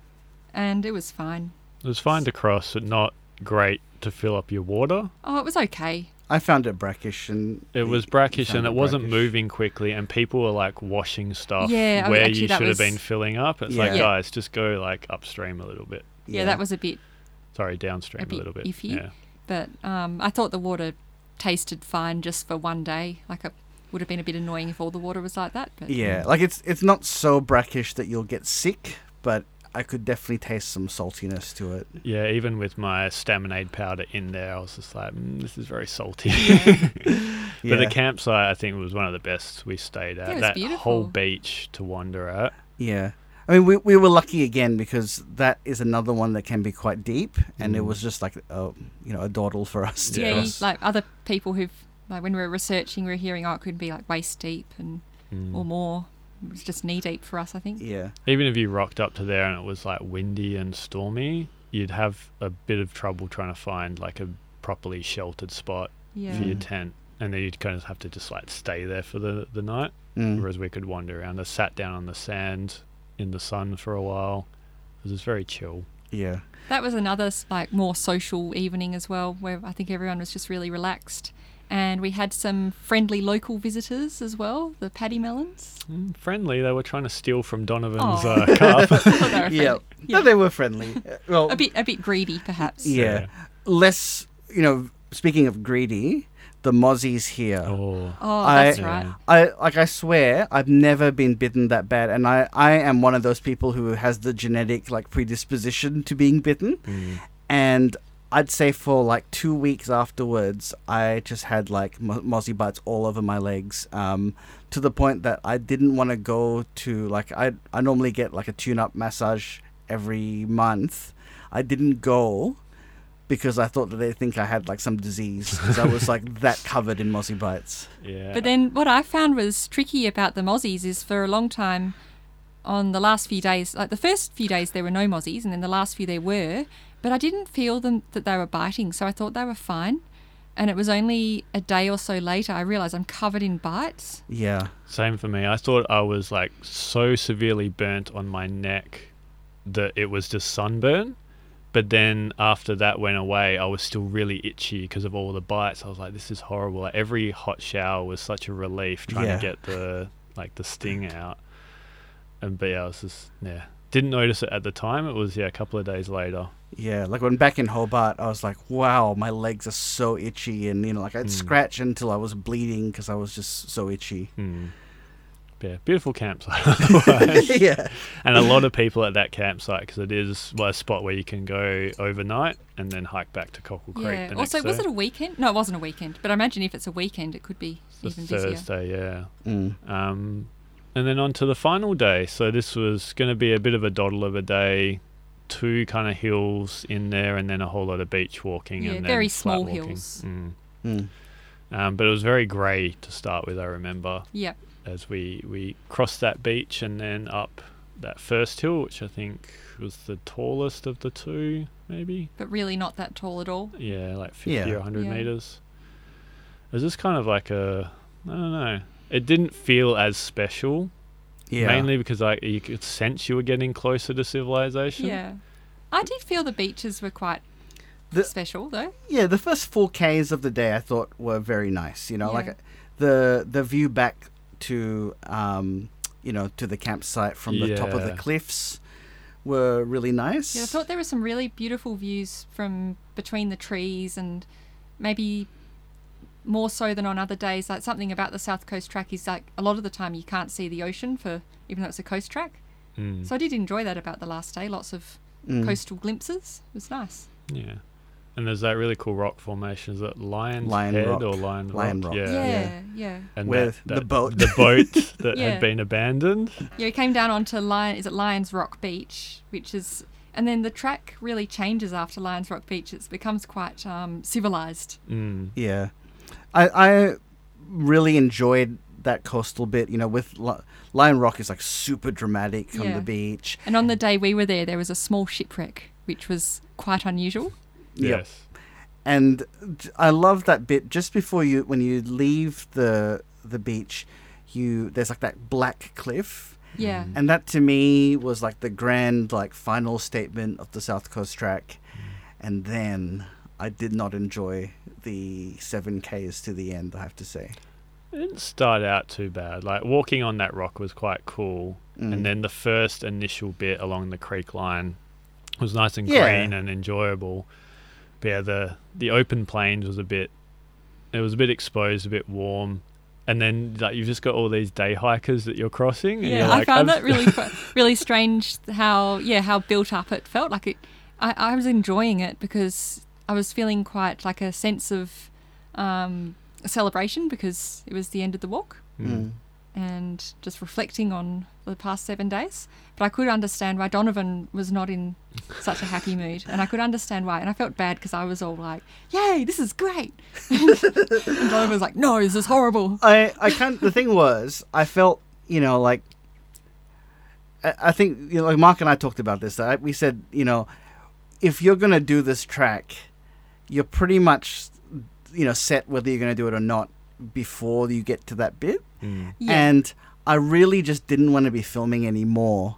C: and it was fine.
B: It was fine to cross, but not great to fill up your water.
C: Oh, it was okay.
A: I found it brackish, and
B: It
A: we-
B: was
A: we
B: brackish,
A: found
B: and it wasn't
A: brackish.
B: moving quickly, and people were like washing stuff
C: Yeah, I mean,
B: where
C: actually
B: you
C: that
B: should have been
C: was-
B: filling up. It's
A: Yeah.
B: like
A: Yeah.
B: guys, just go like upstream a little bit.
C: Yeah, that was a bit,
B: Sorry, downstream a,
C: bit
B: little bit.
C: iffy.
B: Yeah.
C: but um, I thought the water tasted fine just for one day. Like it would have been a bit annoying if all the water was like that. But
A: Yeah, like it's it's not so brackish that you'll get sick, but I could definitely taste some saltiness to it.
B: Yeah, even with my staminade powder in there, I was just like, mm, this is very salty.
A: Yeah.
B: But the campsite, I think, was one of the best we stayed at.
C: was
B: that whole
C: beautiful.
B: beach to wander at.
A: Yeah. I mean, we, we were lucky again because that is another one that can be quite deep, and it
B: Mm.
A: was just like a, you know a dawdle for us. To
B: Yeah.
C: Yeah, you,
A: cross.
C: like other people who've like when we were researching, we were hearing, oh, it could be like waist deep and
B: Mm.
C: or more. It was just knee deep for us, I think.
A: yeah,
B: Even if you rocked up to there and it was like windy and stormy, you'd have a bit of trouble trying to find like a properly sheltered spot
C: Yeah,
B: for your
A: Mm.
B: tent. And then you'd kind of have to just like stay there for the, the night.
A: Mm.
B: Whereas we could wander around. I sat down on the sand in the sun for a while. It was just very chill.
A: yeah,
C: that was another s- like more social evening as well, where I think everyone was just really relaxed. And we had some friendly local visitors as well, the paddy melons.
B: Mm, friendly. They were trying to steal from Donovan's
C: Aw.
B: uh, car.
C: Oh, they were
A: yeah.
C: friendly.
A: No, they were friendly. Uh, Well,
C: a bit a bit greedy perhaps.
A: yeah.
B: Yeah.
A: less. You know, speaking of greedy, the mozzies here.
B: Oh.
C: Oh,
A: I-
C: that's right.
A: I like I swear I've never been bitten that bad and I I am one of those people who has the genetic like predisposition to being bitten
B: Mm.
A: and I'd say for like 2 weeks afterwards I just had like mo- mozzie bites all over my legs um to the point that I didn't want to go to like I I normally get like a tune up massage every month I didn't go because I thought that they think I had like some disease because I was like that covered in mozzie bites
B: Yeah.
C: But then what I found was tricky about the mozzies is for a long time on the last few days, like the first few days there were no mozzies and then the last few there were, but I didn't feel them that they were biting, so I thought they were fine. And it was only a day or so later I realized I'm covered in bites.
A: yeah
B: Same for me. I thought I was like so severely burnt on my neck that it was just sunburn. But then after that went away, I was still really itchy because of all the bites. I was like, this is horrible. Like, every hot shower was such a relief trying
A: Yeah.
B: to get the like the sting out. And but yeah, I was just yeah. Didn't notice it at the time. It was yeah, a couple of days later.
A: Yeah, like when back in Hobart, I was like, wow, my legs are so itchy. And, you know, like I'd
B: Mm.
A: scratch until I was bleeding because I was just so itchy.
B: Hmm. Yeah, beautiful campsite otherwise.
A: yeah.
B: and a lot of people at that campsite because it is well, a spot where you can go overnight and then hike back to Cockle Creek.
C: yeah.
B: the
C: Also,
B: next
C: was
B: day.
C: it a weekend? No, it wasn't a weekend, but I imagine if it's a weekend it could be
B: The
C: even busier.
B: Thursday?
A: Mm.
B: Yeah. Um, and then on to the final day. So this was going to be a bit of a doddle of a day, two kind of hills in there, and then a whole lot of beach walking.
C: Yeah,
B: and then
C: very
B: flat
C: small
B: walking.
C: hills.
B: Mm.
A: Mm.
B: Um, but it was very grey to start with. I remember
C: Yeah.
B: as we we crossed that beach and then up that first hill, which I think was the tallest of the two, maybe.
C: But really not that tall at all.
B: Yeah, like 50
A: Yeah.
B: or 100
C: Yeah.
B: meters. It was just kind of like a, I don't know. It didn't feel as special,
A: Yeah.
B: mainly because I you could sense you were getting closer to civilization.
C: Yeah. I did feel the beaches were quite
A: The-
C: special though.
A: Yeah, the first four Ks of the day I thought were very nice. You know,
C: Yeah.
A: like the the view back to, um, you know, to the campsite from the top of the
B: Yeah.
A: cliffs were really nice.
C: Yeah, I thought there were some really beautiful views from between the trees and maybe more so than on other days. Like something about the South Coast track is like a lot of the time you can't see the ocean for even though it's a coast track.
A: Hmm.
B: Mm,
C: So I did enjoy that about the last day. Lots of
A: Mm.
C: coastal glimpses. It was nice.
B: yeah. And there's that really cool rock formation. Is it Lion's
A: Lion
B: Head
A: Rock.
B: or Lion Rock?
A: Lion Rock.
B: Yeah.
C: Yeah, yeah. Yeah,
B: And
A: With the
B: that- that-
A: boat.
B: The boat that
C: Yeah.
B: had been abandoned.
C: we came down onto Lion is it Lions Rock Beach, which is and then the track really changes after Lions Rock Beach. It becomes quite um, civilized.
B: Mm.
A: Yeah, I I really enjoyed that coastal bit. You know, with Li- Lion Rock is like super dramatic on
C: Yeah.
A: the beach.
C: And on the day we were there, there was a small shipwreck, which was quite unusual.
A: Yep.
B: Yes.
A: And j- I love that bit just before you when you leave the the beach, you there's like that black cliff.
C: Yeah.
A: And that to me was like the grand like final statement of the South Coast track. And then I did not enjoy the 7Ks to the end, I have to say.
B: It didn't start out too bad. Like walking on that rock was quite cool,
A: Mm.
B: and then the first initial bit along the creek line was nice and
A: Yeah.
B: green and enjoyable. But yeah, the the open plains was a bit. It was a bit exposed, a bit warm, and then like you've just got all these day hikers that you're crossing. And
C: Yeah,
B: you're
C: I
B: like,
C: found
B: "I've-
C: that really, fu- really strange. How yeah, how built up it felt. Like it, I, I was enjoying it because I was feeling quite like a sense of um, celebration because it was the end of the walk
B: Mm.
C: and just reflecting on the past seven days. But I could understand why Donovan was not in such a happy mood, and I could understand why. And I felt bad because I was all like, "Yay, this is great," and Donovan was like, "No, this is horrible."
A: I I can't. The thing was, I felt you know like. I, I think you know, like Mark and I talked about this. That we said you know, if you're gonna do this track, you're pretty much you know set whether you're gonna do it or not before you get to that bit.
B: Mm.
C: Yeah.
A: And I really just didn't want to be filming anymore.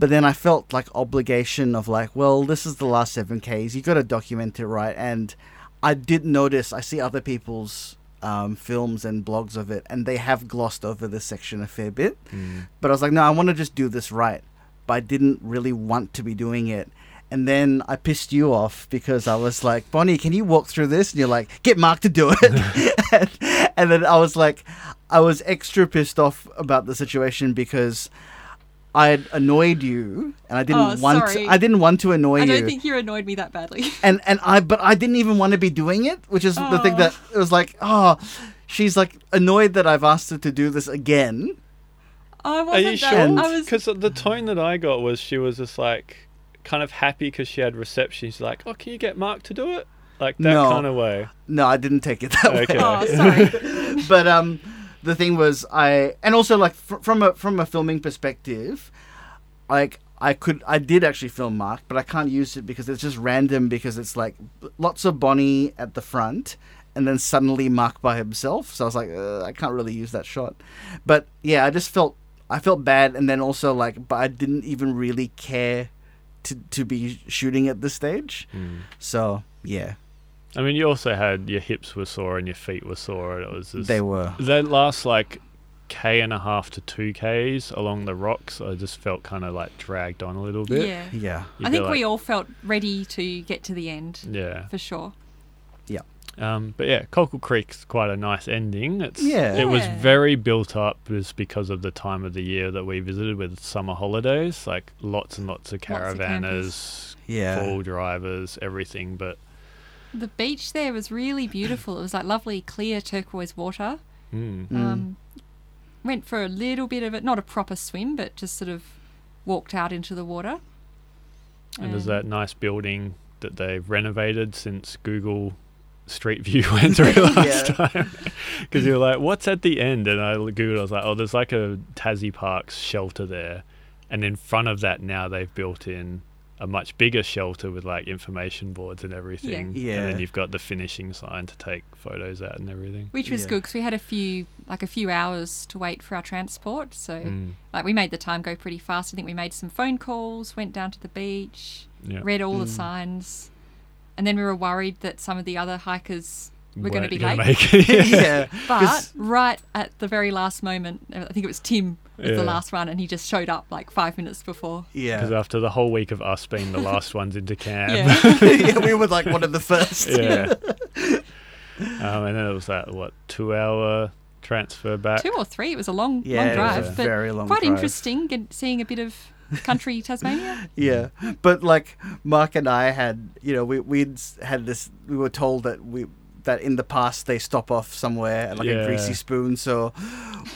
A: But then I felt like obligation of like, well, this is the last seven Ks. You got to document it right. And I did notice. I see other people's um, films and blogs of it, and they have glossed over this section a fair bit.
B: Mm.
A: But I was like, no, I want to just do this right. But I didn't really want to be doing it. And then I pissed you off because I was like, Bonnie, can you walk through this? And you're like, get Mark to do it. and, and then I was like, I was extra pissed off about the situation because I had annoyed you, and I didn't
C: Oh,
A: want
C: sorry.
A: I didn't want to annoy
C: I
A: you
C: don't think you annoyed me that badly.
A: and and I but I didn't even want to be doing it, which is the thing
C: Aw.
A: that it was like, oh, she's like annoyed that I've asked her to do this again.
C: I
B: Are
C: wasn't
B: you
C: that.
B: sure?
C: I was.
B: Because the tone that I got was she was just like kind of happy because she had reception. She's like, "Oh, can you get Mark to do it?" Like that
A: No.
B: kind of way.
A: No, I didn't take it that
B: Okay.
A: way.
C: Oh, sorry.
A: But um, the thing was, I and also like fr- from a from a filming perspective, like I could I did actually film Mark, but I can't use it because it's just random because it's like b- lots of Bonnie at the front. And then suddenly Mark by himself, so I was like, uh, I can't really use that shot. But yeah, I just felt I felt bad, and then also like, but I didn't even really care to to be shooting at this stage. So yeah,
B: I mean, you also had your hips were sore and your feet were sore, and it was just,
A: they were.
B: that last like k and a half to two k's along the rocks. I just felt kind of like dragged on a little bit.
C: yeah.
A: Yeah,
B: You'd
C: I
B: be
C: think
B: like-
C: we all felt ready to get to the end
B: Yeah.
C: for sure.
B: Um, but yeah, Cockle Creek's quite a nice ending. It's,
A: Yeah.
B: It was
C: Yeah.
B: very built up just because of the time of the year that we visited with summer holidays, like lots and lots of
C: Lots of
B: caravanners,
A: yeah.
B: full drivers, everything. But
C: The beach there was really beautiful. It was like lovely clear turquoise water.
B: mm,
A: Mm.
C: Um, went for a little bit of it, not a proper swim, but just sort of walked out into the water. Um,
B: and there's that nice building that they've renovated since Google Street View went through last
A: Yeah.
B: time. Because you're like, what's at the end? And I Googled, I was like, oh, there's like a Tassie Parks shelter there. And in front of that, now they've built in a much bigger shelter with like information boards and everything. And
A: Yeah.
B: then you've got the finishing sign to take photos at and everything.
C: which was
A: Yeah.
C: good 'cause good because we had a few like a few hours to wait for our transport. So
B: Mm,
C: like we made the time go pretty fast. I think we made some phone calls, went down to the beach,
B: yeah.
C: read all the
A: Mm.
C: signs, and then we were worried that some of the other hikers were going to
B: Weren't
C: be
B: gonna
C: late.
B: make it.
A: yeah.
C: But
A: 'Cause-
C: right at the very last moment, I think it was Tim was
B: Yeah.
C: the last one, and he just showed up like five minutes before.
B: Because
A: yeah.
B: after the whole week of us being the last ones into camp,
C: Yeah,
A: yeah, we were like one of the first.
B: yeah. um, and then it was that what two hour transfer back.
C: two or three. It was a long,
A: Uh, Yeah, it
C: long
A: was
C: drive,
A: a
C: but
A: very long
C: quite
A: drive.
C: interesting. get- Seeing a bit of country Tasmania.
A: Yeah. But like Mark and I had, you know, we we'd s- had this we were told that we that in the past they stop off somewhere at like
B: Yeah.
A: a greasy spoon, so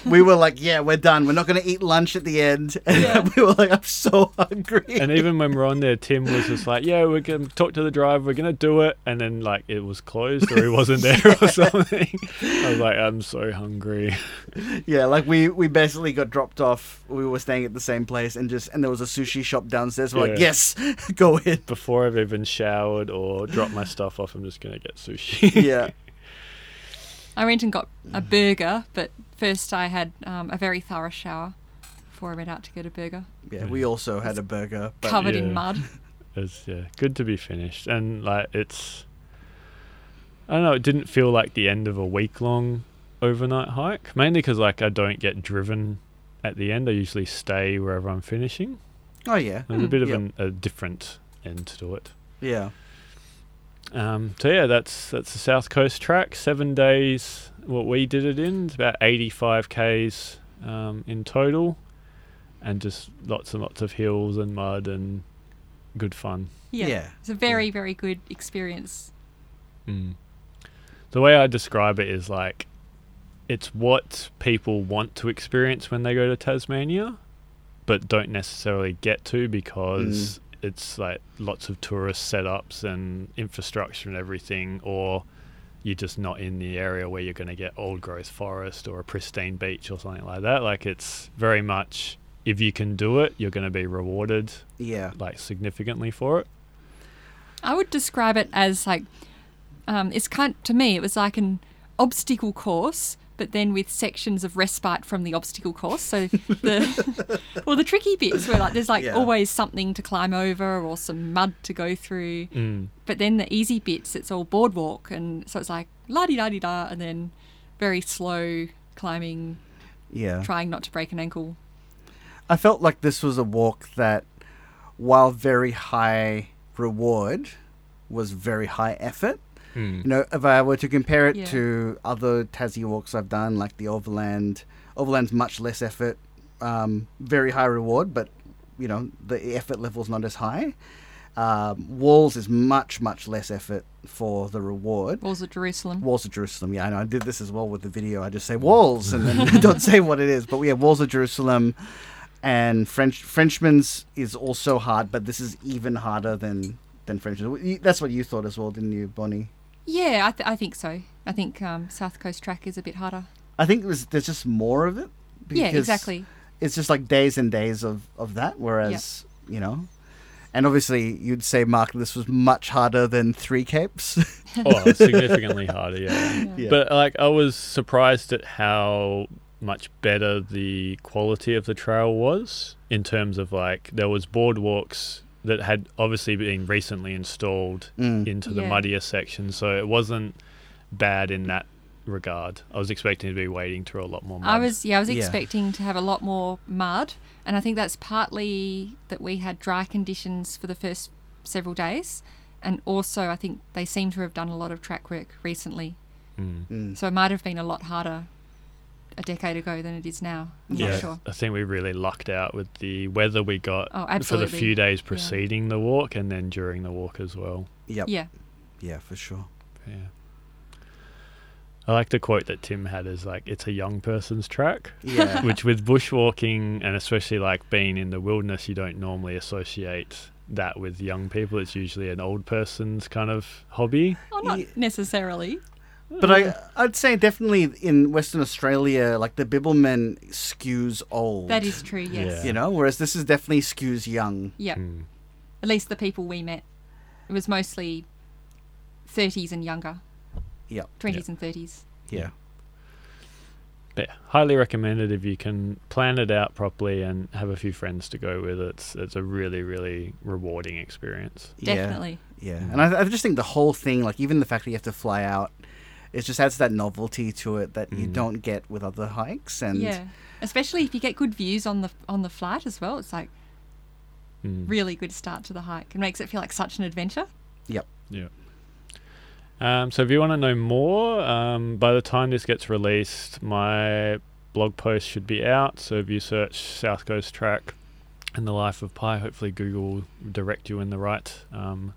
A: we were like, yeah, we're done. We're not going to eat lunch at the end. And
C: Yeah.
A: we were like, I'm so hungry.
B: And even when we we're on there, Tim was just like, "Yeah, we're gonna talk to the driver. We're gonna do it." And then like it was closed or he wasn't there or something. I was like, "I'm so hungry."
A: yeah, like we we basically got dropped off. We were staying at the same place and just and there was a sushi shop downstairs. We're like,
B: Yeah.
A: yes, go in.
B: Before I've even showered or dropped my stuff off, I'm just gonna get sushi.
A: Yeah.
C: I went and got a burger, but first I had um, a very thorough shower before I went out to get a burger,
A: Yeah, we also had a burger. But
C: covered
B: yeah.
C: in mud.
B: it's yeah, good to be finished. And like it's, I don't know. It didn't feel like the end of a week long overnight hike. Mainly because like I don't get driven at the end. I usually stay wherever I'm finishing.
A: Oh yeah.
B: There's a bit of
A: Yep.
B: an, a different end to it.
A: Yeah.
B: Um, so yeah, that's that's the South Coast track. Seven days what we did it in. It's about 85 k's um, in total, and just lots and lots of hills and mud and good fun.
C: Yeah.
A: Yeah.
C: It's a very, very good experience.
B: Mm. The way I describe it is like it's what people want to experience when they go to Tasmania, but don't necessarily get to because it's like lots of tourist setups and infrastructure and everything, or you're just not in the area where you're going to get old growth forest or a pristine beach or something like that. Like it's very much if you can do it, you're going to be rewarded
A: Yeah.
B: like significantly for it.
C: I would describe it as like, um, it's kind to me, it was like an obstacle course, but then with sections of respite from the obstacle course. So the well, the tricky bits were like there's like
A: Yeah.
C: always something to climb over or some mud to go through,
B: Mm.
C: but then the easy bits, it's all boardwalk, and so it's like la di da di da, and then very slow climbing,
A: Yeah.
C: trying not to break an ankle.
A: I felt like this was a walk that, while very high reward, was very high effort.
B: Mm.
A: You know, if I were to compare it
C: Yeah.
A: to other Tassie walks I've done, like the Overland, Overland's much less effort, um, very high reward, but you know the effort level's not as high. Um, Walls is much much less effort for the reward.
C: Walls of Jerusalem.
A: Walls of Jerusalem. Yeah, I know. I did this as well with the video. I just say walls and then don't say what it is. But we have Walls of Jerusalem, and French Frenchman's is also hard, but this is even harder than than Frenchman's. You- That's what you thought as well, didn't you, Bonnie?
C: Yeah, I, th- I think so. I think um, South Coast Track is a bit harder.
A: I think there's there's just more of it.
C: yeah,
A: because
C: exactly.
A: It's just like days and days of of that. Whereas you know. And obviously, you'd say, Mark, this was much harder than Three Capes.
B: Oh, significantly harder, yeah.
A: Yeah.
B: But like I was surprised at how much better the quality of the trail was in terms of like there was boardwalks that had obviously been recently installed
A: Mm.
B: into the
C: Yeah.
B: muddier section, so it wasn't bad in that regard. I was expecting to be wading through a lot more mud.
C: I was yeah, I was
A: Yeah.
C: expecting to have a lot more mud, and I think that's partly that we had dry conditions for the first several days, and also I think they seem to have done a lot of track work recently,
B: Mm.
A: Mm.
C: so it might have been a lot harder a decade ago than it is now. I'm
B: yeah,
C: not sure.
B: I think we really lucked out with the weather we got
C: Oh,
B: for the
C: absolutely.
B: few days preceding the walk and then during the walk as well.
A: Yep.
C: Yeah,
A: Yeah, for sure.
B: Yeah. I like the quote that Tim had is like, it's a young person's track,
A: Yeah.
B: which with bushwalking and especially like being in the wilderness, you don't normally associate that with young people. It's usually an old person's kind of hobby.
C: well, not
A: Yeah.
C: necessarily.
A: But I, I'd say definitely in Western Australia, like the Bibbleman skews old.
C: That is true. Yes.
B: Yeah.
A: You know, whereas this is definitely skews young.
C: Yeah.
B: Mm.
C: At least the people we met, it was mostly thirties and younger,
A: Yep.
C: twenties and thirties.
A: Yeah.
B: But yeah, highly recommended if you can plan it out properly and have a few friends to go with. It's it's a really really rewarding experience.
A: Yeah.
C: Definitely.
A: Yeah. And I, I just think the whole thing, like even the fact that you have to fly out, it just adds that novelty to it that you
B: Mm.
A: don't get with other hikes. And
C: yeah, especially if you get good views on the on the flight as well. It's like
B: Mm.
C: really good start to the hike. It makes it feel like such an adventure.
B: Yeah. Um, so if you want to know more, um, by the time this gets released, my blog post should be out. So if you search South Coast Track and the Life of Pi, hopefully Google will direct you in the right um,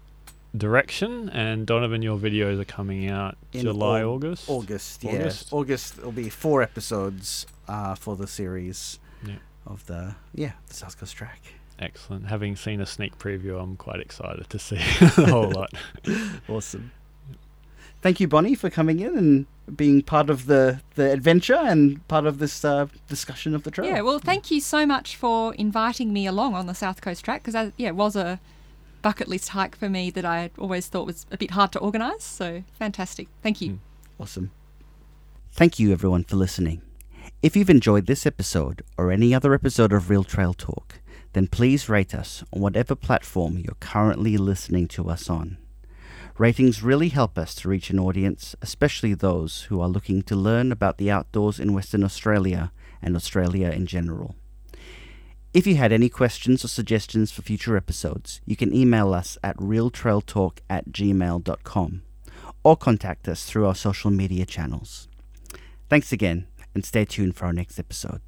B: direction. And Donovan, your videos are coming out
A: In
B: July,
A: Au-
B: August.
A: August, yeah.
B: August.
A: August. will be four episodes uh, for the series
B: Yeah.
A: of the, yeah, the South Coast track.
B: Excellent. Having seen a sneak preview, I'm quite excited to see the whole lot.
A: Awesome. Thank you, Bonnie, for coming in and being part of the, the adventure and part of this uh, discussion of the trail.
C: Yeah. Well, thank you so much for inviting me along on the South Coast track because yeah, it was a bucket list hike for me that I always thought was a bit hard to organise. So fantastic. Thank you.
B: Mm.
A: Awesome. Thank you, everyone, for listening. If you've enjoyed this episode or any other episode of Real Trail Talk, then please rate us on whatever platform you're currently listening to us on. Ratings really help us to reach an audience, especially those who are looking to learn about the outdoors in Western Australia and Australia in general. If you had any questions or suggestions for future episodes, you can email us at realtrailtalk at gmail.com or contact us through our social media channels. Thanks again, and stay tuned for our next episode.